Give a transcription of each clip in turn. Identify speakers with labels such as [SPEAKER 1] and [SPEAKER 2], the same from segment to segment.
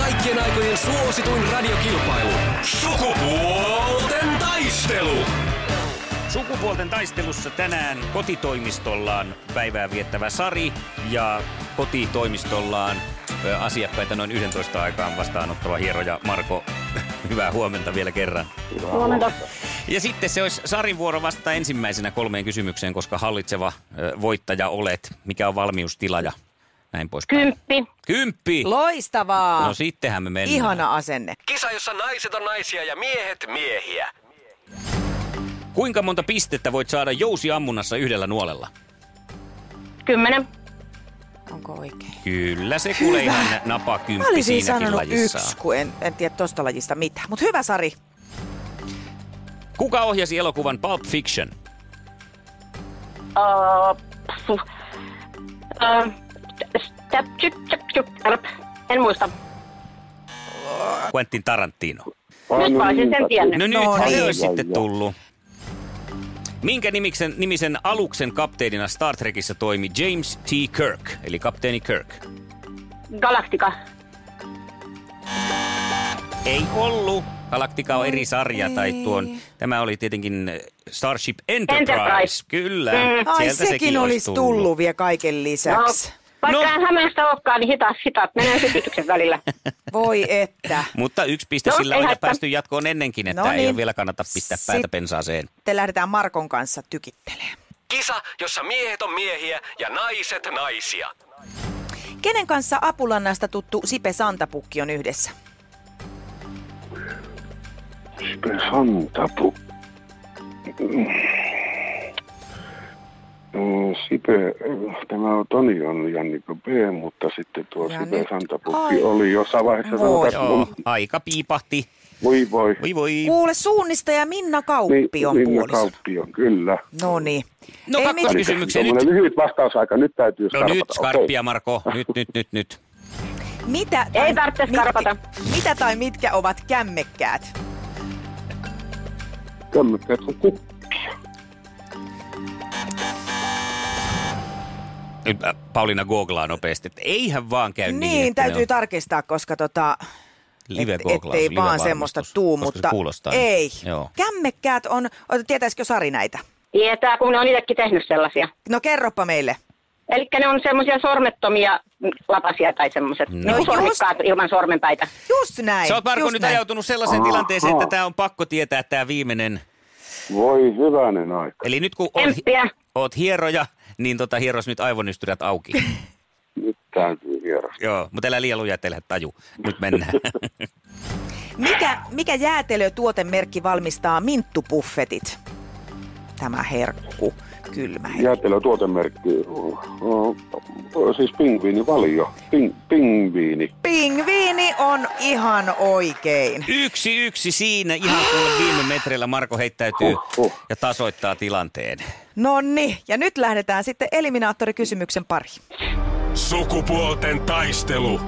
[SPEAKER 1] kaikkien aikojen suosituin radiokilpailu. Sukupuolten taistelu.
[SPEAKER 2] Sukupuolten taistelussa tänään kotitoimistollaan päivää viettävä Sari ja kotitoimistollaan ö, asiakkaita noin 11 aikaan vastaanottava hieroja Marko. Hyvää huomenta vielä kerran.
[SPEAKER 3] Huomenta.
[SPEAKER 2] Ja sitten se olisi Sarin vuoro vastata ensimmäisenä kolmeen kysymykseen, koska hallitseva ö, voittaja olet. Mikä on valmiustila ja näin poispäin.
[SPEAKER 3] Kymppi.
[SPEAKER 2] Kymppi!
[SPEAKER 4] Loistavaa.
[SPEAKER 2] No sittenhän me mennään.
[SPEAKER 4] Ihana asenne.
[SPEAKER 1] Kisa, jossa naiset on naisia ja miehet miehiä.
[SPEAKER 2] Kuinka monta pistettä voit saada jousiammunnassa yhdellä nuolella?
[SPEAKER 3] Kymmenen.
[SPEAKER 4] Onko oikein?
[SPEAKER 2] Kyllä se kuule ihan napakymppi
[SPEAKER 4] Mä olisin
[SPEAKER 2] siinäkin
[SPEAKER 4] sanonut
[SPEAKER 2] lajissaan.
[SPEAKER 4] yksi, kun en, en tiedä tosta lajista mitään. Mutta hyvä Sari.
[SPEAKER 2] Kuka ohjasi elokuvan Pulp Fiction?
[SPEAKER 3] Uh, pff. Uh, step, chip, chip, chip, rp. en muista.
[SPEAKER 2] Quentin Tarantino.
[SPEAKER 3] Nyt mä olisin sen tiennyt.
[SPEAKER 2] No
[SPEAKER 3] Nyt.
[SPEAKER 2] nyt
[SPEAKER 4] No
[SPEAKER 2] no, se
[SPEAKER 4] niin.
[SPEAKER 2] olisi sitten tullut. Minkä nimiksen, nimisen aluksen kapteenina Star Trekissä toimi James T. Kirk, eli kapteeni Kirk?
[SPEAKER 3] Galaktika.
[SPEAKER 2] Ei ollut. Galactica on eri sarja tai
[SPEAKER 4] Niin.
[SPEAKER 2] tuon. Tämä oli tietenkin Starship Enterprise.
[SPEAKER 3] Enterprise.
[SPEAKER 2] Kyllä.
[SPEAKER 3] Mm.
[SPEAKER 4] Ai
[SPEAKER 2] Sieltä
[SPEAKER 4] sekin, olisi tullut. vielä kaiken
[SPEAKER 3] No,
[SPEAKER 4] lisäksi.
[SPEAKER 3] vaikka
[SPEAKER 2] No.
[SPEAKER 3] en Hämeestä olekaan, niin hitaat, hitaat. Menee sytytyksen välillä.
[SPEAKER 4] Voi että.
[SPEAKER 2] Mutta yksi piste
[SPEAKER 3] No,
[SPEAKER 2] sillä on
[SPEAKER 3] ei
[SPEAKER 2] ja
[SPEAKER 3] haittaa.
[SPEAKER 2] päästy jatkoon ennenkin, että
[SPEAKER 4] No
[SPEAKER 2] ei
[SPEAKER 4] niin.
[SPEAKER 2] ole vielä kannata pistää päätä
[SPEAKER 4] Sit-
[SPEAKER 2] pensaaseen.
[SPEAKER 4] Te lähdetään Markon kanssa tykittelemään.
[SPEAKER 1] Kisa, jossa miehet on miehiä ja naiset naisia.
[SPEAKER 4] Kenen kanssa Apulannasta tuttu Sipe Santapukki on yhdessä?
[SPEAKER 5] Sitten Santapu. Mm, Sipe, tämä on Toni on Jannikko B, mutta sitten tuo
[SPEAKER 4] Ja
[SPEAKER 5] Sipe
[SPEAKER 4] nyt-
[SPEAKER 5] Santapukki
[SPEAKER 4] ai.
[SPEAKER 5] oli jossain vaiheessa
[SPEAKER 4] Voi.
[SPEAKER 2] Joo,
[SPEAKER 5] sanotaan,
[SPEAKER 2] aika piipahti.
[SPEAKER 5] voi voi. Niin,
[SPEAKER 2] Voi voi.
[SPEAKER 4] Kuule suunnistaja Minna Kauppi on
[SPEAKER 5] Minna
[SPEAKER 4] puoliso.
[SPEAKER 5] Kauppio, kyllä.
[SPEAKER 4] No niin.
[SPEAKER 2] No
[SPEAKER 4] Ei
[SPEAKER 2] kakkos-
[SPEAKER 4] mit-
[SPEAKER 5] Eli
[SPEAKER 2] Kysymykseen
[SPEAKER 5] tommonen lyhyt vastausaika, nyt täytyy
[SPEAKER 2] No nyt
[SPEAKER 5] skarpata.
[SPEAKER 2] skarppia, Marko. Nyt, nyt, nyt, nyt.
[SPEAKER 4] mitä,
[SPEAKER 3] Ei tarvitse skarpata.
[SPEAKER 4] mitä tai mitkä ovat kämmekkäät?
[SPEAKER 5] Okei. Tämmöset on kukkia.
[SPEAKER 2] Nyt äh, Pauliina googlaa nopeasti. että Eihän vaan käy niin,
[SPEAKER 4] niin,
[SPEAKER 2] että ne
[SPEAKER 4] täytyy
[SPEAKER 2] on
[SPEAKER 4] tarkistaa, koska tota,
[SPEAKER 2] live
[SPEAKER 4] et-
[SPEAKER 2] googlaus,
[SPEAKER 4] ettei
[SPEAKER 2] live
[SPEAKER 4] vaan
[SPEAKER 2] varmistus,
[SPEAKER 4] semmoista tuu,
[SPEAKER 2] koska se
[SPEAKER 4] mutta
[SPEAKER 2] kuulostaa. niin-
[SPEAKER 4] ei.
[SPEAKER 2] Joo.
[SPEAKER 4] Kämmekkäät on, ota, tietäisikö Sari näitä?
[SPEAKER 3] Tietää, kun ne on itsekin tehnyt sellaisia.
[SPEAKER 4] No kerropa meille.
[SPEAKER 3] Eli ne on semmoisia sormettomia mm, lapasia tai semmoiset. No, niin kuin
[SPEAKER 4] just.
[SPEAKER 3] sormikkaat ilman sormenpäitä.
[SPEAKER 4] Just näin.
[SPEAKER 2] Sä oot Marko
[SPEAKER 4] just
[SPEAKER 2] nyt
[SPEAKER 4] näin.
[SPEAKER 2] ajautunut sellaiseen
[SPEAKER 5] Aha.
[SPEAKER 2] tilanteeseen, että tämä on pakko tietää tämä viimeinen.
[SPEAKER 5] Voi hyvänen aika.
[SPEAKER 2] Eli nyt kun oot,
[SPEAKER 3] Kemppiä.
[SPEAKER 2] oot hieroja, niin tota, hieros nyt aivonystyrät auki.
[SPEAKER 5] Nyt täytyy vieras.
[SPEAKER 2] Joo, mutta älä liian lujaa, ettei lähde taju. Nyt mennään.
[SPEAKER 4] Mikä, mikä jäätelötuotemerkki valmistaa minttupuffetit? Tämä herkku, kylmä herkku.
[SPEAKER 5] Jäätelö tuotemerkki, o- o- siis pingviini valio, Ping, pingviini.
[SPEAKER 4] Pingviini on ihan oikein.
[SPEAKER 2] yksi yksi siinä ihan kuule viime metreillä Marko heittäytyy
[SPEAKER 5] Huhhuh.
[SPEAKER 2] ja tasoittaa tilanteen.
[SPEAKER 4] Nonni, ja nyt lähdetään sitten eliminaattorikysymyksen pariin.
[SPEAKER 1] Sukupuolten taistelu.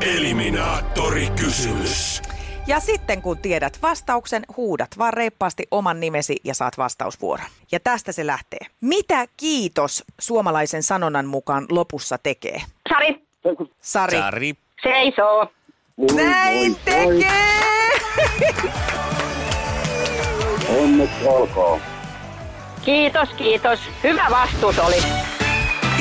[SPEAKER 1] Eliminaattori kysymys.
[SPEAKER 4] Ja sitten kun tiedät vastauksen, huudat vaan reippaasti oman nimesi ja saat vastausvuoron. Ja tästä se lähtee. Mitä kiitos suomalaisen sanonnan mukaan lopussa tekee?
[SPEAKER 3] Sari,
[SPEAKER 4] Sari.
[SPEAKER 2] Sari.
[SPEAKER 3] seisoo.
[SPEAKER 5] Voi,
[SPEAKER 4] Näin
[SPEAKER 5] voi, voi.
[SPEAKER 4] tekee!
[SPEAKER 5] Onneksi olkoon.
[SPEAKER 3] Kiitos, kiitos. Hyvä vastuus oli.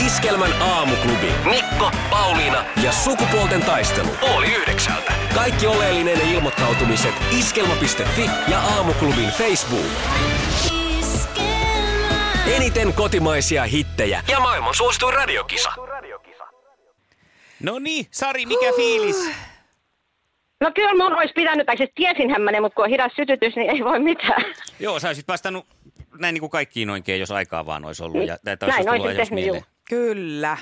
[SPEAKER 1] Iskelmän aamuklubi. Mikko, Pauliina ja sukupuolten taistelu. Oli yhdeksältä. Kaikki oleellinen ilmoittautumiset iskelma.fi ja aamuklubin Facebook. Eniten kotimaisia hittejä ja maailman suosituin radiokisa.
[SPEAKER 2] No niin, Sari, mikä fiilis?
[SPEAKER 3] No kyllä mun olisi pitänyt, tai siis tiesinhän mä ne, mutta kun on hidas sytytys, niin ei voi mitään.
[SPEAKER 2] Joo, sä olisit vastannut näin niin kuin kaikkiin oikein, jos aikaa vaan olisi ollut.
[SPEAKER 4] Niin,
[SPEAKER 2] Ja, tai
[SPEAKER 3] Näin,
[SPEAKER 2] olisi tullut
[SPEAKER 3] olisin
[SPEAKER 6] Mm-hmm.
[SPEAKER 2] ajoissa
[SPEAKER 3] tehnyt, juu.
[SPEAKER 2] mieleen.
[SPEAKER 4] Kyllä.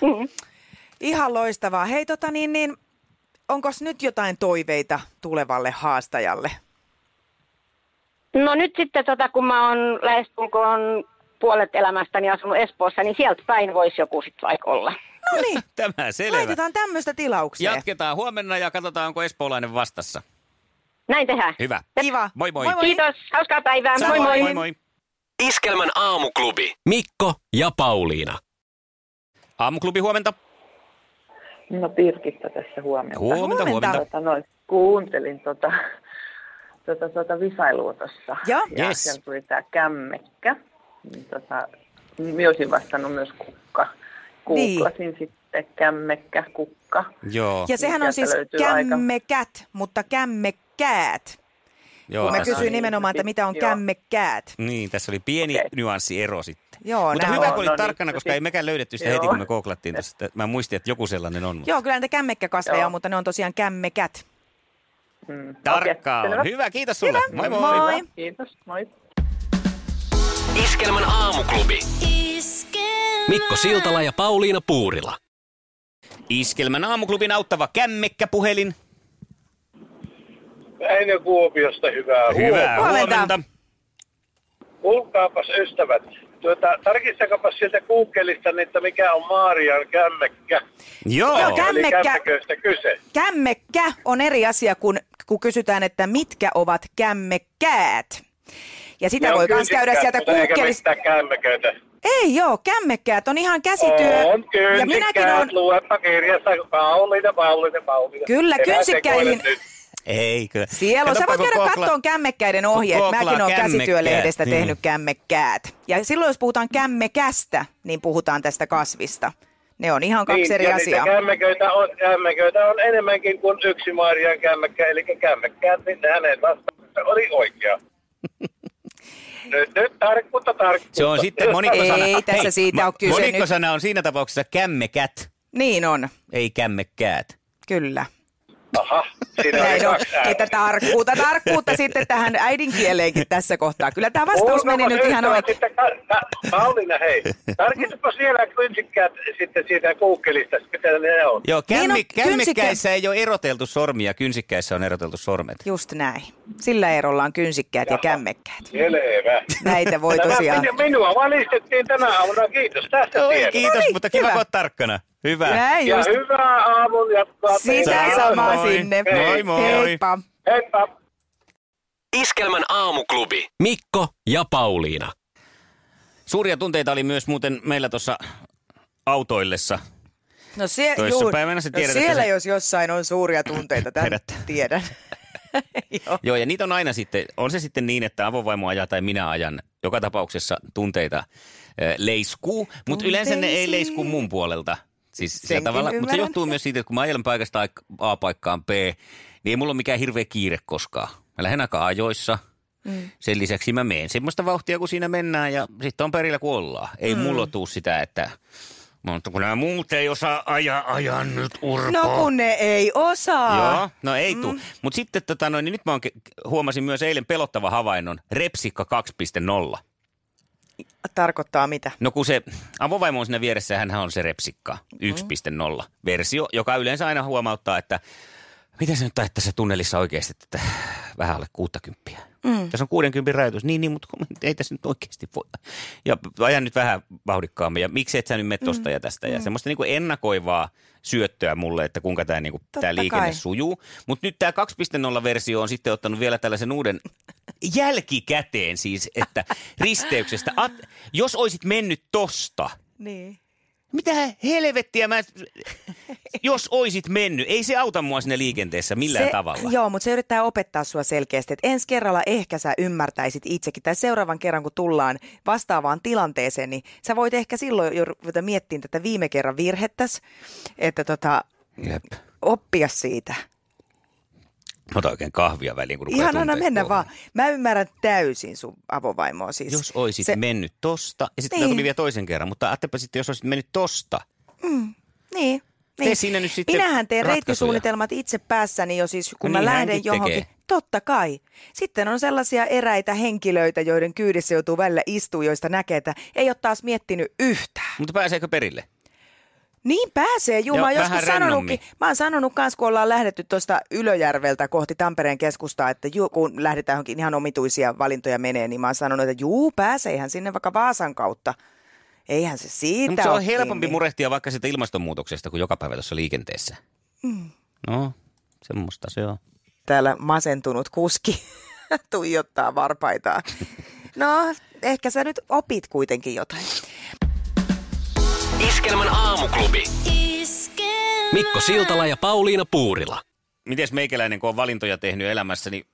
[SPEAKER 4] Ihan loistavaa. Hei tota niin, niin onko nyt jotain toiveita tulevalle haastajalle?
[SPEAKER 3] No nyt sitten, tota, kun mä oon lähestulkoon puolet elämästäni asunut Espoossa, niin sieltä päin voisi joku sitten vaikka olla.
[SPEAKER 4] No niin,
[SPEAKER 2] Tämä selvä.
[SPEAKER 4] laitetaan tämmöistä tilaukseen.
[SPEAKER 2] Jatketaan huomenna ja katsotaan, onko espoolainen vastassa.
[SPEAKER 3] Näin tehdään.
[SPEAKER 2] Hyvä.
[SPEAKER 4] Kiva.
[SPEAKER 2] Moi moi.
[SPEAKER 4] Moi moi.
[SPEAKER 3] Kiitos, hauskaa päivää. Moi moi.
[SPEAKER 2] moi, moi.
[SPEAKER 1] Iskelmän aamuklubi. Mikko ja Pauliina.
[SPEAKER 2] Aamuklubi huomenta.
[SPEAKER 6] No Pirkitta tässä huomenta.
[SPEAKER 2] Huomenta,
[SPEAKER 4] Huomenta.
[SPEAKER 2] huomenta.
[SPEAKER 6] Tota, noin, kuuntelin tota, tota, tota visailua tuossa.
[SPEAKER 4] Ja?
[SPEAKER 6] ja
[SPEAKER 2] Yes.
[SPEAKER 6] siellä tuli tämä kämmekkä. Niin, Tota, minä olisin vastannut myös kukka.
[SPEAKER 4] Niin.
[SPEAKER 6] Googlasin sitten kämmekkä, kukka.
[SPEAKER 2] Joo.
[SPEAKER 4] Ja sehän on
[SPEAKER 6] Sieltä
[SPEAKER 4] siis
[SPEAKER 6] löytyy aika-
[SPEAKER 4] kämmekät, mutta kämmekkäät.
[SPEAKER 2] Joo
[SPEAKER 4] Kun mä
[SPEAKER 2] tässä
[SPEAKER 4] kysyin
[SPEAKER 2] oli,
[SPEAKER 6] niin,
[SPEAKER 4] nimenomaan, että mitä on
[SPEAKER 6] joo.
[SPEAKER 4] kämmekkäät.
[SPEAKER 2] niin, tässä oli pieni okay.
[SPEAKER 6] Okei.
[SPEAKER 2] nyanssiero sitten.
[SPEAKER 4] Joo,
[SPEAKER 2] Mutta
[SPEAKER 4] nää
[SPEAKER 2] hyvä, kun
[SPEAKER 4] on.
[SPEAKER 6] No
[SPEAKER 2] olit
[SPEAKER 6] niin,
[SPEAKER 2] tarkkana, koska
[SPEAKER 6] sit-
[SPEAKER 2] ei mekään löydetty sitä
[SPEAKER 6] Joo.
[SPEAKER 2] heti, kun me kouklattiin tässä. Mä muistin, että joku sellainen on. Mutta
[SPEAKER 4] Joo, kyllä niitä kämmekkakasveja
[SPEAKER 6] Joo.
[SPEAKER 4] on, mutta ne on tosiaan kämmekät.
[SPEAKER 6] Mm.
[SPEAKER 2] tarkkaa
[SPEAKER 6] Okei,
[SPEAKER 2] on.
[SPEAKER 6] selvä.
[SPEAKER 2] Hyvä, kiitos sulle. Moi moi.
[SPEAKER 4] Moi.
[SPEAKER 6] Hyvä, Kiitos, moi.
[SPEAKER 1] Iskelmän aamuklubi. Mikko Siltala ja Pauliina Puurila.
[SPEAKER 2] Iskelmän aamuklubin auttava kämmekkä puhelin.
[SPEAKER 7] Ennen Kuopiosta hyvää
[SPEAKER 2] Hyvää
[SPEAKER 4] Huomenta.
[SPEAKER 2] huomenta.
[SPEAKER 7] Kuulkaapas ystävät, tuota, tarkistakapas sieltä Googleista, niin, että mikä on Maarian kämmekkä.
[SPEAKER 4] Joo,
[SPEAKER 2] Joo.
[SPEAKER 4] kä- Kämmekkä.
[SPEAKER 7] Eli kämmeköistä kyse.
[SPEAKER 4] Kämmekkä on eri asia, kun, kun kysytään, että mitkä ovat kämmekkäät. Ja sitä
[SPEAKER 7] Ne on
[SPEAKER 4] voi myös
[SPEAKER 7] kyysikkäät,
[SPEAKER 4] käydä sieltä
[SPEAKER 7] mutta Eikä
[SPEAKER 4] Googleissa.
[SPEAKER 7] mitään kämmeköitä.
[SPEAKER 4] Ei joo, kämmekkäät on ihan käsityö.
[SPEAKER 7] On
[SPEAKER 4] ja minäkin olen...
[SPEAKER 7] kynsikkäät, luepa kirjasta, Pauliina, Pauliina, Pauliina.
[SPEAKER 4] Kyllä,
[SPEAKER 7] Elää
[SPEAKER 4] kynsikkäihin-
[SPEAKER 7] sekoilet nyt.
[SPEAKER 2] Ei kyllä.
[SPEAKER 4] Siellä on. Sä voit
[SPEAKER 2] Katsoppa, kun
[SPEAKER 4] käydä
[SPEAKER 2] googla-
[SPEAKER 4] kattoon kämmekkäiden ohjeet.
[SPEAKER 2] kun
[SPEAKER 4] Mäkin
[SPEAKER 2] googlaa
[SPEAKER 4] olen käsityölehdestä
[SPEAKER 2] kämmekkäät, niin.
[SPEAKER 4] tehnyt kämmekkäät. Ja silloin jos puhutaan kämmekästä, niin puhutaan tästä kasvista. Ne on ihan kaksi eri
[SPEAKER 7] Niin, ja
[SPEAKER 4] asiaa.
[SPEAKER 7] niitä kämmeköitä on, kämmeköitä on enemmänkin kuin yksi Maarian kämmekkä, eli kämmekkäät, niin hänen vastauksensa oli oikea. nyt, nyt tarkkuutta, tarkkuutta.
[SPEAKER 2] Se on sitten monikkosana.
[SPEAKER 4] Ei tässä siitä
[SPEAKER 2] mo-
[SPEAKER 4] ole kyse nyt.
[SPEAKER 2] Monikkosana on siinä tapauksessa kämmekät,
[SPEAKER 4] Niin on,
[SPEAKER 2] ei kämmekkäät.
[SPEAKER 4] kyllä.
[SPEAKER 7] Aha, siinä oli
[SPEAKER 4] Näin on.
[SPEAKER 7] kaksi ääntä.
[SPEAKER 4] Että tarkkuutta, tarkkuutta sitten tähän äidinkieleenkin tässä kohtaa. Kyllä tämä vastaus meni nyt ihan oikein.
[SPEAKER 7] Sitten, ka, ka, Pauliina, hei, tarkistapa siellä kynsikkäät sitten siitä Googleista, mitä ne on.
[SPEAKER 2] Joo,
[SPEAKER 4] Niin
[SPEAKER 2] kämmi,
[SPEAKER 4] on, kynsikkä-
[SPEAKER 2] kämmekkäissä ei ole eroteltu sormia, kynsikkäissä on eroteltu sormet.
[SPEAKER 4] Just näin. Sillä erolla on kynsikkäät ja kämmekkäät.
[SPEAKER 7] Selvä.
[SPEAKER 4] Näitä voi
[SPEAKER 7] Tämä
[SPEAKER 4] tosiaan.
[SPEAKER 7] minu- Minua valistettiin tänä aamuna, kiitos tästä
[SPEAKER 2] Oi,
[SPEAKER 7] tiedosta.
[SPEAKER 2] kiitos,
[SPEAKER 4] No niin,
[SPEAKER 2] mutta kiva,
[SPEAKER 4] hyvä.
[SPEAKER 2] kun oot tarkkana. Hyvä.
[SPEAKER 4] Näin
[SPEAKER 7] Ja
[SPEAKER 4] just.
[SPEAKER 7] hyvää aamun jatkoa.
[SPEAKER 4] Sitä
[SPEAKER 7] teille.
[SPEAKER 2] Moi,
[SPEAKER 4] samaa
[SPEAKER 2] moi.
[SPEAKER 4] sinne.
[SPEAKER 2] Moi, moi.
[SPEAKER 4] Heippa.
[SPEAKER 7] Heippa.
[SPEAKER 1] Iskelmän aamuklubi. Mikko ja Pauliina.
[SPEAKER 2] Suuria tunteita oli myös muuten meillä tuossa autoillessa.
[SPEAKER 4] No, sie-
[SPEAKER 2] Toissa päivänä sä tiedät,
[SPEAKER 4] no
[SPEAKER 2] että
[SPEAKER 4] siellä
[SPEAKER 2] se-
[SPEAKER 4] jos jossain on suuria tunteita, tämän
[SPEAKER 2] Herättää.
[SPEAKER 4] tiedän. Joo.
[SPEAKER 2] Joo, ja niitä on aina sitten, on se sitten niin, että avovaimo ajaa tai minä ajan, joka tapauksessa tunteita eh, leiskuu, mutta yleensä ne ei
[SPEAKER 4] Tunteisiin.
[SPEAKER 2] leisku mun puolelta. Siis sillä
[SPEAKER 4] Senkin
[SPEAKER 2] tavalla, mutta se
[SPEAKER 4] ymmärrän.
[SPEAKER 2] johtuu myös siitä, että kun mä ajelen paikasta A- A paikkaan B, niin ei mulla ole mikään hirveä kiire koskaan. Mä lähden aika ajoissa. Mm. Sen lisäksi mä menen semmoista vauhtia, kun siinä mennään ja sitten on perillä kun ollaan. Ei mm. mulla tuu sitä, että mutta kun nämä muut ei osaa ajaa, ajan nyt urpoa.
[SPEAKER 4] No kun ne ei osaa.
[SPEAKER 2] Joo, no ei tuu. Mutta sitten tota, noin, niin nyt mä oon, ke- huomasin myös eilen pelottava havainnon, Repsikka 2.0.
[SPEAKER 4] Tarkoittaa mitä?
[SPEAKER 2] No kun se avovaimo on siinä vieressä, hän on se Repsikka 1.0 versio, joka yleensä aina huomauttaa, että miten se nyt on, että se tunnelissa oikeasti että vähän alle 60. Mm. Tässä on 60 rajoitus. Niin, niin, mutta kun- ei tässä nyt oikeasti voi. Ja ajan nyt vähän vauhdikkaammin. Ja miksi et sä nyt mene
[SPEAKER 4] Mm,
[SPEAKER 2] tosta ja tästä. Ja semmoista niin ennakoivaa syöttöä mulle, että kuinka tämä, niin kuin, tämä
[SPEAKER 4] Totta
[SPEAKER 2] liikenne
[SPEAKER 4] kai.
[SPEAKER 2] sujuu. Mutta nyt tämä 2.0-versio on sitten ottanut vielä tällaisen uuden jälkikäteen siis, että risteyksestä. At, jos olisit mennyt tosta,
[SPEAKER 4] Niin.
[SPEAKER 2] mitä helvettiä mä, jos oisit mennyt, ei se auta mua siinä liikenteessä millään
[SPEAKER 4] se,
[SPEAKER 2] tavalla.
[SPEAKER 4] Joo, mutta se yrittää opettaa sua selkeästi, että ensi kerralla ehkä sä ymmärtäisit itsekin, tai seuraavan kerran kun tullaan vastaavaan tilanteeseen, niin sä voit ehkä silloin jo ruveta miettimään tätä viime kerran virhettäs, että tota,
[SPEAKER 2] Jep.
[SPEAKER 4] oppia siitä.
[SPEAKER 2] Mä otan oikein kahvia väliin, kun rupeaa
[SPEAKER 4] Ihan aina
[SPEAKER 2] tunteet
[SPEAKER 4] mennä
[SPEAKER 2] kuohumaan.
[SPEAKER 4] vaan. Mä ymmärrän täysin sun avovaimoa siis.
[SPEAKER 2] Jos oisit
[SPEAKER 4] se,
[SPEAKER 2] se... mennyt tosta, ja sitten
[SPEAKER 4] Niin.
[SPEAKER 2] niin. tuli vielä toisen kerran, mutta ajattepa sitten, jos oisit mennyt tosta.
[SPEAKER 4] Niin.
[SPEAKER 2] Tee
[SPEAKER 4] niin.
[SPEAKER 2] siinä nyt sitten
[SPEAKER 4] Minähän teen
[SPEAKER 2] ratkaisuja.
[SPEAKER 4] reittisuunnitelmat itse päässäni jo siis, kun
[SPEAKER 2] No
[SPEAKER 4] mä
[SPEAKER 2] niin,
[SPEAKER 4] lähden
[SPEAKER 2] hänkin
[SPEAKER 4] johonkin.
[SPEAKER 2] tekee.
[SPEAKER 4] Totta kai. Sitten on sellaisia eräitä henkilöitä, joiden kyydissä joutuu välillä istuu, joista näkee, että ei ole taas miettinyt yhtään.
[SPEAKER 2] No, Mutta pääseekö perille?
[SPEAKER 4] Niin pääsee, juu,
[SPEAKER 2] Joo,
[SPEAKER 4] mä oon
[SPEAKER 2] vähän
[SPEAKER 4] joskus
[SPEAKER 2] rennommin.
[SPEAKER 4] sanonutkin, mä oon sanonut kans, kun ollaan lähdetty tuosta Ylöjärveltä kohti Tampereen keskustaa, että juu, kun lähdetään johonkin ihan omituisia valintoja menee, niin mä oon sanonut, että juu, pääseihän sinne vaikka Vaasan kautta. Eihän se siitä
[SPEAKER 2] No, mutta se on
[SPEAKER 4] ole
[SPEAKER 2] helpompi
[SPEAKER 4] kiinni.
[SPEAKER 2] murehtia vaikka siitä ilmastonmuutoksesta kuin joka päivä tuossa liikenteessä. Mm. No, semmoista se on.
[SPEAKER 4] Täällä masentunut kuski tuijottaa varpaitaan. No, ehkä sä nyt opit kuitenkin jotain.
[SPEAKER 1] Iskelmän aamuklubi. Mikko Siltala ja Pauliina Puurila.
[SPEAKER 2] Mites meikäläinen, kun on valintoja tehnyt elämässä, niin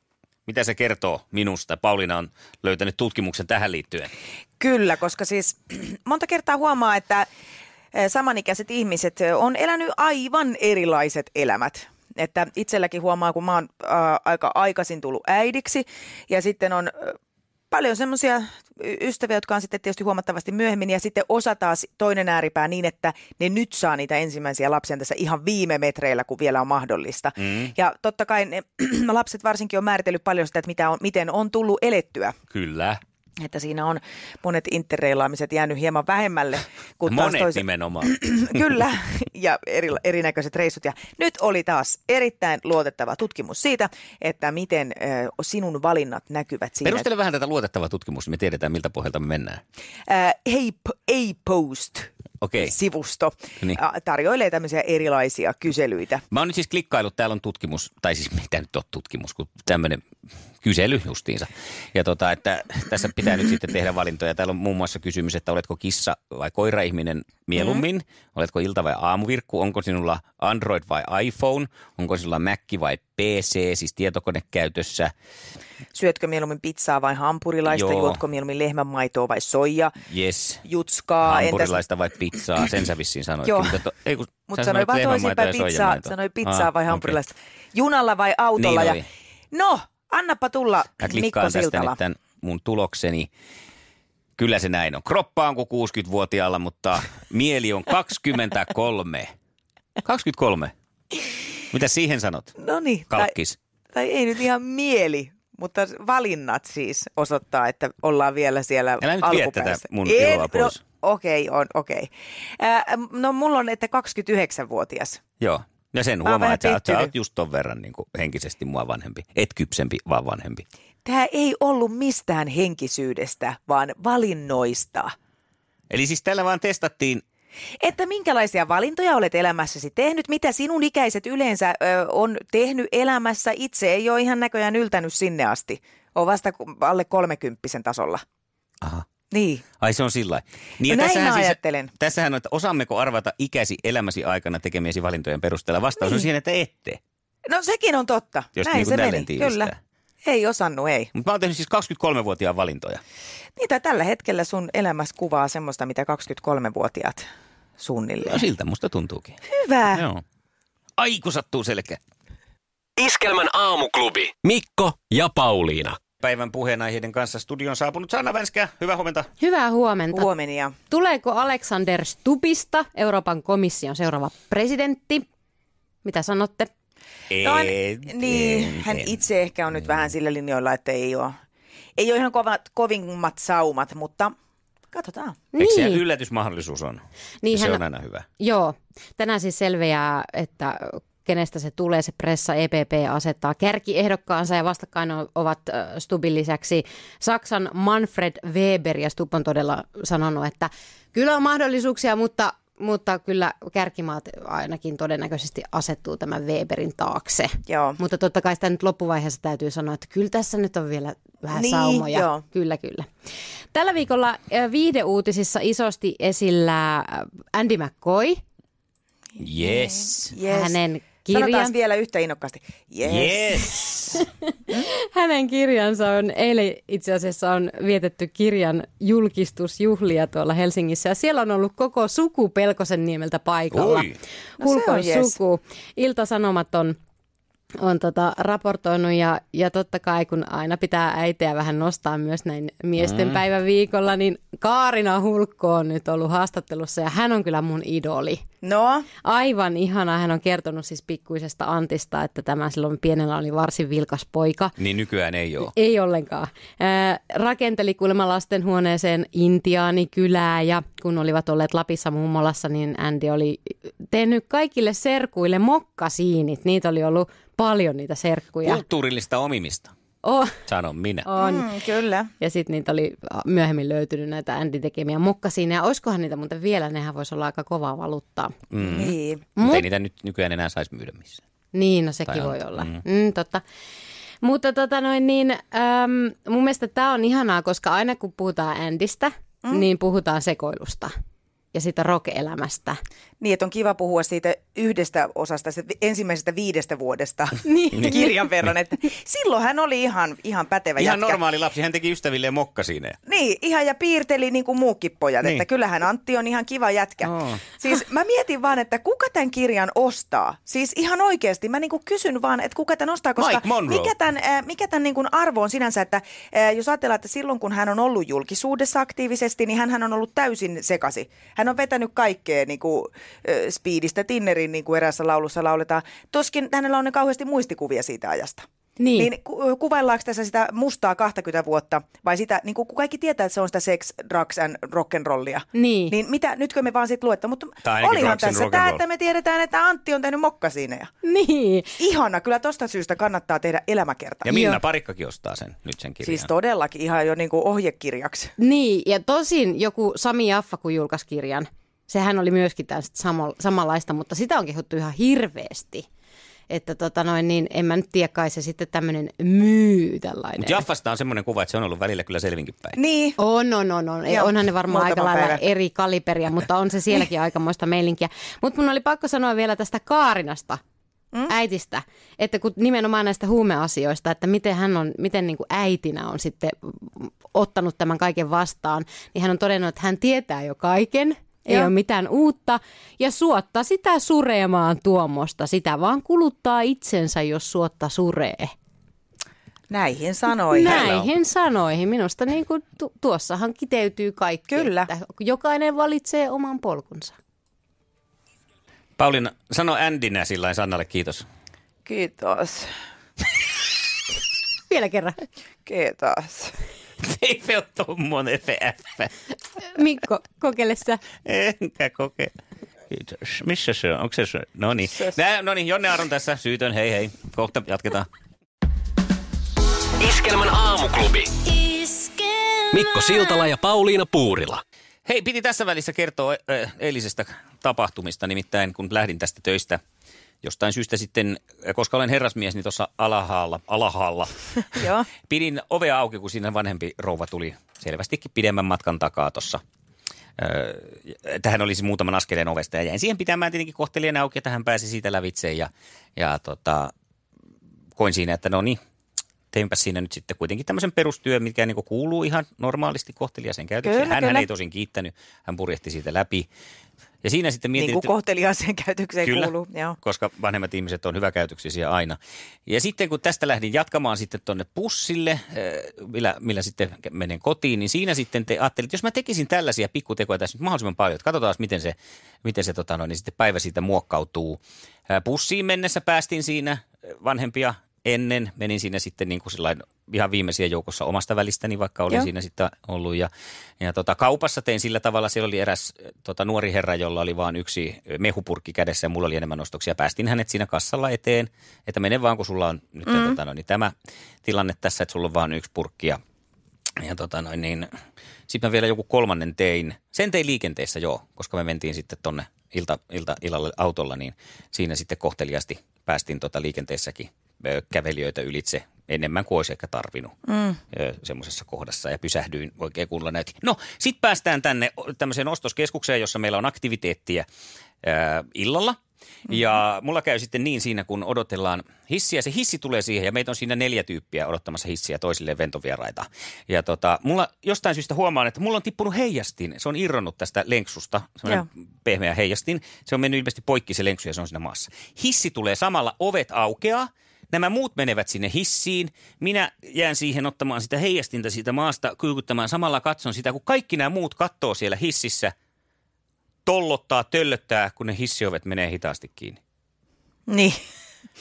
[SPEAKER 2] mitä se kertoo minusta? Pauliina on löytänyt tutkimuksen tähän liittyen.
[SPEAKER 4] Kyllä, koska siis monta kertaa huomaa, että eh, samanikäiset ihmiset eh, on elänyt aivan erilaiset elämät. Että itselläkin huomaa, kun mä oon äh, aika aikaisin tullut äidiksi ja sitten on äh, paljon semmoisia ystäviä, jotka on sitten tietysti huomattavasti myöhemmin ja sitten osa taas toinen ääripää niin, että ne nyt saa niitä ensimmäisiä lapsia tässä ihan viime metreillä, kun vielä on mahdollista. Mm. Ja totta kai ne lapset varsinkin on määritellyt paljon sitä, että mitä on, miten on tullut elettyä
[SPEAKER 2] Kyllä.
[SPEAKER 4] että siinä on monet interreilaamiset jäänyt hieman vähemmälle kuin taas
[SPEAKER 2] Monet
[SPEAKER 4] toiset.
[SPEAKER 2] nimenomaan.
[SPEAKER 4] Kyllä, ja eri, erinäköiset reissut. Ja nyt oli taas erittäin luotettava tutkimus siitä, että miten ö, sinun valinnat näkyvät siinä.
[SPEAKER 2] Perustele vähän tätä luotettavaa tutkimusta, me tiedetään miltä pohjalta me mennään.
[SPEAKER 4] Ää, Hey, A-Post
[SPEAKER 2] Okei.
[SPEAKER 4] sivusto
[SPEAKER 2] Niin.
[SPEAKER 4] niin. tarjoilee tämmöisiä erilaisia kyselyitä.
[SPEAKER 2] Mä oon nyt siis klikkaillut, täällä on tutkimus, tai siis mitä nyt on tutkimus, kun tämmöinen kysely justiinsa. Ja tota, että tässä pitää nyt sitten tehdä valintoja. Täällä on muun muassa kysymys, että oletko kissa vai koiraihminen mieluummin? Mm. Oletko ilta- vai aamuvirkku? Onko sinulla Android vai iPhone? Onko sinulla Mac vai PC, siis tietokone käytössä?
[SPEAKER 4] Syötkö mieluummin pizzaa vai hampurilaista,
[SPEAKER 2] Joo.
[SPEAKER 4] Joo. juotko mieluummin lehmänmaitoa vai soija,
[SPEAKER 2] Yes.
[SPEAKER 4] jutskaa, entäs
[SPEAKER 2] Hampurilaista vai pizzaa, sen sä vissiin sanoit.
[SPEAKER 4] Joo.
[SPEAKER 2] Mutta, to, ei, kun
[SPEAKER 4] Mutta
[SPEAKER 2] sä
[SPEAKER 4] sanoi
[SPEAKER 2] sanoit
[SPEAKER 4] vaan
[SPEAKER 2] lehmänmaitoa
[SPEAKER 4] toisinpäin
[SPEAKER 2] ja
[SPEAKER 4] pizzaa,
[SPEAKER 2] soijamaitoa.
[SPEAKER 4] sanoi
[SPEAKER 2] Ah,
[SPEAKER 4] pizzaa
[SPEAKER 2] okei.
[SPEAKER 4] vai hampurilaista. Junalla vai autolla?
[SPEAKER 2] Niin
[SPEAKER 4] ja...
[SPEAKER 2] oli.
[SPEAKER 4] No, annapa tulla
[SPEAKER 2] Mä
[SPEAKER 4] Mikko
[SPEAKER 2] klikkaan tästä
[SPEAKER 4] Siltala.
[SPEAKER 2] nyt tämän mun tulokseni. Kyllä se näin on. Kroppa on kuin 60-vuotiaalla, mutta mieli on 23. 23. Mitä siihen sanot,
[SPEAKER 4] No niin, tai,
[SPEAKER 2] kalkkis?
[SPEAKER 4] tai ei nyt ihan mieli, mutta valinnat siis osoittaa, että ollaan vielä siellä
[SPEAKER 2] Älä nyt vie
[SPEAKER 4] alkupäässä.
[SPEAKER 2] tätä mun
[SPEAKER 4] En-
[SPEAKER 2] iloa pois.
[SPEAKER 4] No, okei, on, okei. Ää, No mulla on, että 29-vuotias.
[SPEAKER 2] Joo. Ja sen
[SPEAKER 4] oon
[SPEAKER 2] huomaa,
[SPEAKER 4] vähän
[SPEAKER 2] että sä, oot- sä
[SPEAKER 4] pettynyt.
[SPEAKER 2] oot just ton verran niin kuin henkisesti mua vanhempi. Et kypsempi, vaan vanhempi.
[SPEAKER 4] Tämä ei ollut mistään henkisyydestä, vaan valinnoista.
[SPEAKER 2] Eli siis tällä vaan testattiin
[SPEAKER 4] Että minkälaisia valintoja olet elämässäsi tehnyt, mitä sinun ikäiset yleensä ö, on tehnyt elämässä. Itse ei ole ihan näköjään yltänyt sinne asti. On vasta ku- alle kolmekymppisen tasolla.
[SPEAKER 2] Aha.
[SPEAKER 4] Niin.
[SPEAKER 2] Ai se on sillä lailla. Niin
[SPEAKER 4] No
[SPEAKER 2] ja
[SPEAKER 4] näin
[SPEAKER 2] tässähän siis-
[SPEAKER 4] mä ajattelen.
[SPEAKER 2] Tässähän on, että osaammeko arvata ikäsi elämäsi aikana tekemiesi valintojen perusteella. Vastaus niin. on
[SPEAKER 4] Niin.
[SPEAKER 2] siihen, että ette.
[SPEAKER 4] No sekin on totta.
[SPEAKER 2] Jos
[SPEAKER 4] näin
[SPEAKER 2] niin kuin
[SPEAKER 4] se
[SPEAKER 2] tälleen
[SPEAKER 4] meni.
[SPEAKER 2] tiivistää.
[SPEAKER 4] Kyllä. Ei osannut, ei.
[SPEAKER 2] Mutta mä oon tehnyt siis 23-vuotiaan valintoja.
[SPEAKER 4] Niitä tällä hetkellä sun elämässä kuvaa semmoista, mitä 23-vuotiaat
[SPEAKER 2] No
[SPEAKER 4] suunnilleen.
[SPEAKER 2] siltä musta tuntuukin.
[SPEAKER 4] Hyvä.
[SPEAKER 2] Joo. Ai kun sattuu selkä.
[SPEAKER 1] Iskelmän aamuklubi. Mikko ja Pauliina.
[SPEAKER 2] Päivän puheenaiheiden kanssa studioon saapunut Sanna Vänskä. Hyvää huomenta.
[SPEAKER 8] Hyvää huomenta.
[SPEAKER 4] Huomenia.
[SPEAKER 8] Tuleeko Alexander Stubista Euroopan komission seuraava presidentti? Mitä sanotte?
[SPEAKER 4] No hän, niin, hän itse ehkä on nyt vähän sillä linjoilla, että ei ole, ei ole ihan kovat, kovimmat saumat, mutta katsotaan.
[SPEAKER 2] Eikö se
[SPEAKER 8] Niin.
[SPEAKER 2] yllätysmahdollisuus on?
[SPEAKER 8] Niin,
[SPEAKER 2] se
[SPEAKER 8] hän-
[SPEAKER 2] on aina hyvä.
[SPEAKER 8] Joo. Tänään siis selviää, että kenestä se tulee. Se pressa EPP asettaa kärkiehdokkaansa ja vastakkain o- ovat äh, Stubin lisäksi Saksan Manfred Weber. Ja Stub on todella sanonut, että kyllä on mahdollisuuksia, mutta, mutta kyllä kärkimaat ainakin todennäköisesti asettuu tämän Weberin taakse.
[SPEAKER 4] Joo.
[SPEAKER 8] Mutta totta kai sitä nyt loppuvaiheessa täytyy sanoa, että kyllä tässä nyt on vielä vähän
[SPEAKER 4] Niin,
[SPEAKER 8] saumoja.
[SPEAKER 4] joo.
[SPEAKER 8] Kyllä, kyllä. Tällä viikolla ö, viihdeuutisissa isosti esillä ö, Andy McCoy,
[SPEAKER 2] Yes.
[SPEAKER 4] Yes.
[SPEAKER 8] hänen
[SPEAKER 4] Sanotaan
[SPEAKER 8] kirjan,
[SPEAKER 4] vielä yhtä innokkaasti. Yes.
[SPEAKER 2] Yes.
[SPEAKER 8] hänen kirjansa on, eilen itse asiassa on vietetty kirjan julkistusjuhlia tuolla Helsingissä ja siellä on ollut koko suku Pelkosen niemeltä paikalla.
[SPEAKER 2] Oi.
[SPEAKER 4] No se on
[SPEAKER 8] Hulkon
[SPEAKER 4] jes.
[SPEAKER 8] suku. Iltasanomat on on tota, raportoinut ja, ja totta kai kun aina pitää äiteä vähän nostaa myös näin miesten mm. päivän viikolla, niin Kaarina Hulkko on nyt ollut haastattelussa ja hän on kyllä mun idoli.
[SPEAKER 4] No,
[SPEAKER 8] Aivan ihana, hän on kertonut siis pikkuisesta Antista, että tämä silloin pienellä oli varsin vilkas poika.
[SPEAKER 2] Niin nykyään ei ole.
[SPEAKER 8] Ei ollenkaan. Ää, rakenteli kuulemma lastenhuoneeseen intiaanikylää ja kun olivat olleet Lapissa mummolassa, niin Andy oli tehnyt kaikille serkuille mokkasiinit. Niitä oli ollut paljon niitä serkkuja.
[SPEAKER 2] Kulttuurillista omimista,
[SPEAKER 8] Oh,
[SPEAKER 2] sanon minä.
[SPEAKER 8] on.
[SPEAKER 4] mm, kyllä.
[SPEAKER 8] Ja sitten niitä oli myöhemmin löytynyt näitä Andy tekemiä mokkasiineja. Olisikohan niitä muuten vielä? Nehän voisi olla aika kovaa valuuttaa.
[SPEAKER 2] Mm. Niin.
[SPEAKER 4] Niin.
[SPEAKER 2] Mutta ei niitä nyt nykyään enää saisi myydä missään.
[SPEAKER 8] Niin, no sekin
[SPEAKER 2] Tai
[SPEAKER 8] voi
[SPEAKER 2] antaa.
[SPEAKER 8] olla.
[SPEAKER 2] Mm.
[SPEAKER 8] Mm. Mm, totta. Mutta tota noin, niin, äm, mun mielestä tämä on ihanaa, koska aina kun puhutaan Andistä, mm. niin puhutaan sekoilusta ja siitä rock-elämästä.
[SPEAKER 4] Niin, että on kiva puhua siitä yhdestä osasta, sitä ensimmäisestä viidestä vuodesta niin. kirjan verran. Että silloin hän oli ihan, ihan pätevä
[SPEAKER 2] Ihan
[SPEAKER 4] jätkä.
[SPEAKER 2] normaali lapsi, hän teki ystävilleen mokkasiineja.
[SPEAKER 4] Niin, ihan ja piirteli niin kuin muukin pojat, niin.
[SPEAKER 2] Niin.
[SPEAKER 4] että kyllähän Antti on ihan kiva jätkä.
[SPEAKER 2] Oo.
[SPEAKER 4] Siis mä mietin vaan, että kuka tämän kirjan ostaa? Siis ihan oikeasti, mä niin kuin kysyn vaan, että kuka tämän ostaa, koska
[SPEAKER 2] Mike Monroe.
[SPEAKER 4] mikä tämän, äh, mikä tämän niin kuin arvo on sinänsä, että äh, jos ajatellaan, että silloin kun hän on ollut julkisuudessa aktiivisesti, niin hän on ollut täysin sekasi. Hän on vetänyt kaikkea niin kuin, äh, speedistä Tinnerin, niin kuin eräässä laulussa lauletaan. Toskin hänellä on niin kauheasti muistikuvia siitä ajasta.
[SPEAKER 8] Niin.
[SPEAKER 4] Niin ku- kuvaillaanko tässä sitä mustaa 20 vuotta vai sitä, niin kuin kun kaikki tietää, että se on sitä sex, drugs and rock'n'rollia.
[SPEAKER 8] Niin.
[SPEAKER 4] Niin mitä, nytkö me vaan sit luetta, mutta
[SPEAKER 2] Tai ainakin
[SPEAKER 4] olihan
[SPEAKER 2] drugs and
[SPEAKER 4] tässä
[SPEAKER 2] rock and
[SPEAKER 4] tämä,
[SPEAKER 2] roll.
[SPEAKER 4] että me tiedetään, että Antti on tehnyt mokkasiineja.
[SPEAKER 8] Niin.
[SPEAKER 4] Ihana, kyllä tosta syystä kannattaa tehdä elämäkerta.
[SPEAKER 2] Ja Minna Parikkakin ostaa sen, nyt sen kirjan.
[SPEAKER 4] Siis todellakin ihan jo niin kuin ohjekirjaksi.
[SPEAKER 8] Niin, ja tosin joku Sami Jaffa, kun julkaisi kirjan, sehän oli myöskin tästä samo- samanlaista, mutta sitä on kehuttu ihan hirveästi. Että tota noin, niin en mä nyt tiedä, kai se sitten tämmöinen myy tällainen.
[SPEAKER 2] Mutta Jaffasta on semmoinen kuva, että se on ollut välillä kyllä selvinkin päin.
[SPEAKER 4] Niin,
[SPEAKER 8] On, on, on, on.
[SPEAKER 4] Joo,
[SPEAKER 8] Joo, Onhan ne varmaan aika
[SPEAKER 4] muutama
[SPEAKER 8] lailla
[SPEAKER 4] päivä.
[SPEAKER 8] eri kaliberia, mutta on se sielläkin aikamoista meilinkiä. Mutta mun oli pakko sanoa vielä tästä Kaarinasta, mm? äitistä, että kun nimenomaan näistä huumeasioista, että miten hän on, miten niin kuin äitinä on sitten ottanut tämän kaiken vastaan, niin hän on todennut, että hän tietää jo kaiken, ei
[SPEAKER 4] Joo.
[SPEAKER 8] ole mitään uutta, ja suotta sitä suremaan tuomosta, sitä vaan kuluttaa itsensä, jos suotta suree.
[SPEAKER 4] näihin sanoihin.
[SPEAKER 8] Näihin sanoihin. Minusta niin kuin tu- tuossahan kiteytyy kaikki.
[SPEAKER 4] Kyllä.
[SPEAKER 8] Että jokainen valitsee oman polkunsa.
[SPEAKER 2] Pauliina, sano Andinä sillä lailla Sannalle kiitos.
[SPEAKER 4] Kiitos.
[SPEAKER 8] Vielä kerran.
[SPEAKER 4] Kiitos.
[SPEAKER 2] Ei se ole tuommoinen se F.
[SPEAKER 8] Mikko, kokeile sä.
[SPEAKER 2] Enkä koke. Kiitos. Missä se on? Onko se se? No niin. Nää- No niin, Jonne Aron tässä. Syytön, hei hei. Kohta jatketaan.
[SPEAKER 1] Iskelmän aamuklubi. Mikko Siltala ja Pauliina Puurila.
[SPEAKER 2] Hei, piti tässä välissä kertoa äh, eilisestä tapahtumista, nimittäin kun lähdin tästä töistä jostain syystä sitten, äh, koska olen herrasmies, niin tuossa alhaalla, alhaalla
[SPEAKER 4] Joo.
[SPEAKER 2] pidin ovea auki, kun siinä vanhempi rouva tuli selvästikin pidemmän matkan takaa tuossa. Öö, tähän olisi muutaman askeleen ovesta ja jäin siihen pitämään tietenkin kohtelijan auki, että hän pääsi siitä lävitse ja, ja tota, koin siinä, että no niin, teinpä siinä nyt sitten kuitenkin tämmöisen perustyön, mikä niin kuuluu ihan normaalisti kohteliaisen käytökseen.
[SPEAKER 4] Kyllä,
[SPEAKER 2] Hän, hän
[SPEAKER 4] kyllä.
[SPEAKER 2] ei tosin kiittänyt, hän purjehti siitä läpi. Ja siinä sitten mietin,
[SPEAKER 4] Niin kuin
[SPEAKER 2] että-
[SPEAKER 4] kohteliaaseen käytökseen kuuluu. Joo.
[SPEAKER 2] koska vanhemmat ihmiset on hyväkäytöksisiä aina. Ja sitten kun tästä lähdin jatkamaan sitten tuonne pussille, eh, millä, millä sitten menen kotiin, niin siinä sitten te ajattelin, että jos mä tekisin tällaisia pikkutekoja tässä nyt mahdollisimman paljon, että katsotaan miten se, miten se tota noin, niin sitten päivä siitä muokkautuu. Eh, Pussiin mennessä päästin siinä eh, vanhempia ennen, menin siinä sitten niin kuin sillain ihan viimeisiä joukossa omasta välistäni, vaikka olin
[SPEAKER 4] Joo.
[SPEAKER 2] Joo. siinä sitten ollut. Ja, ja tota, kaupassa tein sillä tavalla, siellä oli eräs eh, tota, nuori herra, jolla oli vain yksi eh, mehupurkki kädessä ja mulla oli enemmän ostoksia. Päästin hänet siinä kassalla eteen, että mene vaan, kun sulla on nyt mm. tota, no, niin tämä tilanne tässä, että sulla on vain yksi purkki ja ja tota noin, niin sitten mä vielä joku kolmannen tein. Sen tein liikenteessä joo, koska me mentiin sitten tonne ilta, ilta, illalle autolla, niin siinä sitten kohteliasti päästiin tota liikenteessäkin ö, kävelijöitä ylitse enemmän kuin olisi ehkä tarvinnut mm. semmoisessa kohdassa. Ja pysähdyin oikein kunnolla näytin. No, sitten päästään tänne o- tämmöiseen ostoskeskukseen, jossa meillä on aktiviteettia ö, illalla. Mm-hmm. Ja mulla käy sitten niin siinä, kun odotellaan hissiä. Se hissi tulee siihen ja meitä on siinä neljä tyyppiä odottamassa hissiä toisille ventovieraita. Ja tota, mulla jostain syystä huomaan, että mulla on tippunut heijastin. Se on irronnut tästä lenksusta, semmoinen pehmeä heijastin. Se on mennyt ilmeisesti poikki se lenksu ja se on siinä maassa. Hissi tulee samalla, ovet aukeaa. Nämä muut menevät sinne hissiin. Minä jään siihen ottamaan sitä heijastinta siitä maasta, kyykyttämään samalla katson sitä, kun kaikki nämä muut kattoo siellä hississä – tollottaa, töllöttää, kun ne hissiovet menee hitaasti kiinni.
[SPEAKER 4] Niin.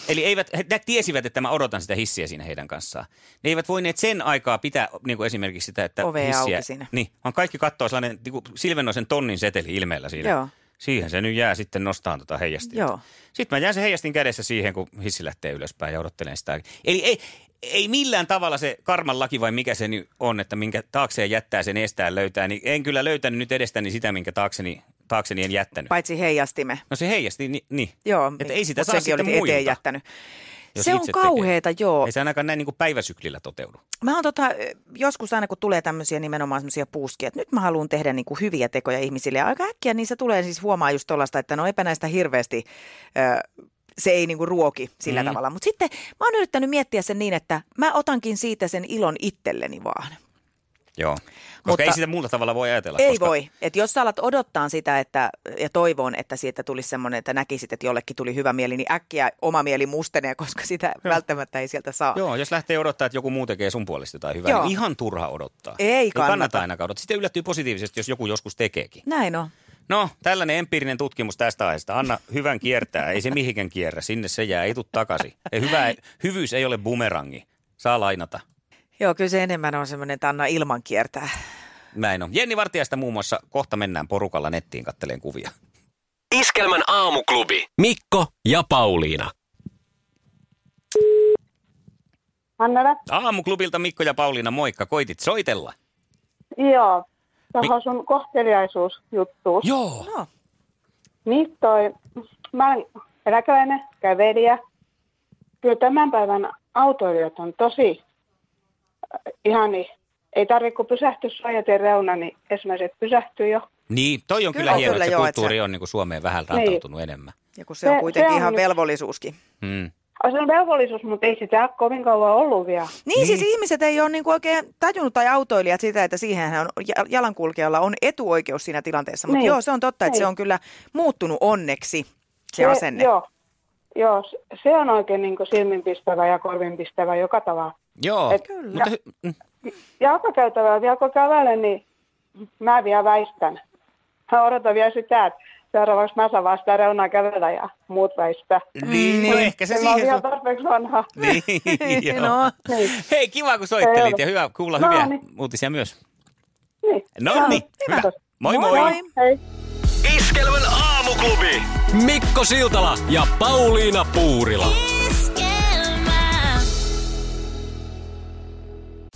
[SPEAKER 2] Eli eivät, he he tiesivät, että mä odotan sitä hissiä siinä heidän kanssaan. Ne eivät voineet sen aikaa pitää niin kuin esimerkiksi sitä, että
[SPEAKER 4] Ovea
[SPEAKER 2] hissiä,
[SPEAKER 4] auki siinä.
[SPEAKER 2] Niin, vaan kaikki kattoo sellainen niin kuin silvennoisen tonnin seteli ilmeellä siinä.
[SPEAKER 4] Joo.
[SPEAKER 2] Siihen se nyt jää sitten nostaan tota heijastinta.
[SPEAKER 4] Joo.
[SPEAKER 2] Sitten mä jään se heijastin kädessä siihen, kun hissi lähtee ylöspäin ja odottelen sitä. Eli ei, ei millään tavalla se karman laki vai mikä se nyt on, että minkä taakseen jättää sen estää löytää, niin en kyllä löytänyt nyt edestäni sitä, minkä taakseni, taakseni en jättänyt.
[SPEAKER 4] Paitsi heijastime.
[SPEAKER 2] No se heijasti, niin. niin.
[SPEAKER 4] Joo,
[SPEAKER 2] että ei sitä
[SPEAKER 4] mut
[SPEAKER 2] saa
[SPEAKER 4] senkin
[SPEAKER 2] sitten
[SPEAKER 4] olit eteen
[SPEAKER 2] muilta.
[SPEAKER 4] jättänyt.
[SPEAKER 2] Jos
[SPEAKER 4] se on
[SPEAKER 2] itse tekee.
[SPEAKER 4] kauheeta, joo.
[SPEAKER 2] Ei se ainakaan näin niin kuin päiväsyklillä toteudu.
[SPEAKER 4] Mä oon tota, joskus aina kun tulee tämmöisiä nimenomaan semmoisia puuskia, että nyt mä haluan tehdä niinku hyviä tekoja ihmisille. Ja aika äkkiä niissä tulee siis huomaa just tuollaista, että no eipä näistä hirveästi, ö, se ei niinku ruoki sillä mm. tavalla. Mutta sitten mä oon yrittänyt miettiä sen niin, että mä otankin siitä sen ilon itselleni vaan.
[SPEAKER 2] Joo. Koska Mutta,
[SPEAKER 4] Mutta-
[SPEAKER 2] ei sitä muulla tavalla voi ajatella.
[SPEAKER 4] Ei
[SPEAKER 2] koska,
[SPEAKER 4] voi. Et jos sä alat odottaa sitä että, ja toivon, että siitä tulisi semmoinen, että näkisit, että jollekin tuli hyvä mieli, niin äkkiä oma mieli mustenee, koska sitä Joo. välttämättä ei sieltä saa.
[SPEAKER 2] Joo, jos lähtee odottaa, että joku muu tekee sun puolesta jotain hyvää,
[SPEAKER 4] Joo.
[SPEAKER 2] niin ihan turha odottaa.
[SPEAKER 4] Ei
[SPEAKER 2] Ei kannata
[SPEAKER 4] kannata.
[SPEAKER 2] ainakaan odottaa. Sitten yllättyy positiivisesti, jos joku joskus tekeekin.
[SPEAKER 4] Näin on.
[SPEAKER 2] No, tällainen empiirinen tutkimus tästä aiheesta. Anna hyvän kiertää. Ei se mihinkään kierrä. Sinne se jää. Ei tuu takaisin. Ei, hyvä, hyvyys ei ole bumerangi. Saa lainata.
[SPEAKER 4] Joo, kyllä se enemmän on semmoinen, että anna ilman kiertää.
[SPEAKER 2] Näin on. Jenni Vartiaista muun muassa kohta mennään porukalla nettiin katteleen kuvia.
[SPEAKER 9] Iskelmän aamuklubi. Mikko ja Pauliina.
[SPEAKER 8] Hannele?
[SPEAKER 2] Aamuklubilta Mikko ja Pauliina, moikka. Koitit soitella?
[SPEAKER 8] Joo.
[SPEAKER 2] tuohon
[SPEAKER 8] Tuohon sun kohteliaisuusjuttuun.
[SPEAKER 2] Joo.
[SPEAKER 4] No,
[SPEAKER 8] Niin toi, mä olen eläkeläinen, kävelijä. Kyllä tämän päivän autoilijat on tosi äh, ihan niin, ei tarvitse kun pysähtyä suojatien reuna, niin ensimmäiset pysähtyy jo.
[SPEAKER 2] Niin, toi on kyllä,
[SPEAKER 4] Kyllä,
[SPEAKER 2] hieno,
[SPEAKER 4] kyllä,
[SPEAKER 2] että se
[SPEAKER 4] joo, että
[SPEAKER 2] kulttuuri
[SPEAKER 4] se-
[SPEAKER 2] on niin kuin Suomeen vähän rantautunut enemmän.
[SPEAKER 4] ja kun se, se on
[SPEAKER 8] Se-
[SPEAKER 4] kuitenkin
[SPEAKER 8] se
[SPEAKER 4] se
[SPEAKER 8] on
[SPEAKER 4] ihan
[SPEAKER 8] nyt-
[SPEAKER 4] velvollisuuskin.
[SPEAKER 2] Mm.
[SPEAKER 8] On se on velvollisuus, mutta ei sitä ole kovin kauan ollut vielä.
[SPEAKER 4] Niin, niin siis ihmiset ei ole niinku oikein tajunnut tai autoilijat sitä, että siihenhän on, ja- jalankulkijalla on etuoikeus siinä tilanteessa. Mutta
[SPEAKER 8] Niin.
[SPEAKER 4] joo, se on totta, että se
[SPEAKER 8] Niin.
[SPEAKER 4] on kyllä muuttunut onneksi se asenne.
[SPEAKER 8] Joo, joo, se- se on oikein niin silminpistävä ja korvinpistävä joka tavalla.
[SPEAKER 2] Joo,
[SPEAKER 8] Et-
[SPEAKER 2] kyllä. mutta hy- mm,
[SPEAKER 8] jalkakäytävää vielä kun kävelen, niin mä vielä väistän. Mä odotan vielä sitä, että seuraavaksi mä saan vasta reunaa kävellä ja muut väistää.
[SPEAKER 2] niin, no ehkä se
[SPEAKER 8] En mä oon
[SPEAKER 2] siihen
[SPEAKER 8] vielä
[SPEAKER 2] su-
[SPEAKER 8] tarpeeksi vanha.
[SPEAKER 2] niin, joo.
[SPEAKER 4] No.
[SPEAKER 2] Hei, kiva kun soittelit ja
[SPEAKER 8] Ei
[SPEAKER 2] hyvä kuulla
[SPEAKER 8] No
[SPEAKER 2] hyviä
[SPEAKER 8] niin.
[SPEAKER 2] uutisia myös.
[SPEAKER 8] Niin.
[SPEAKER 2] No niin, hyvä. Moi moi.
[SPEAKER 8] Hei.
[SPEAKER 9] Iskelmän aamuklubi. Mikko Siltala ja Pauliina Puurila.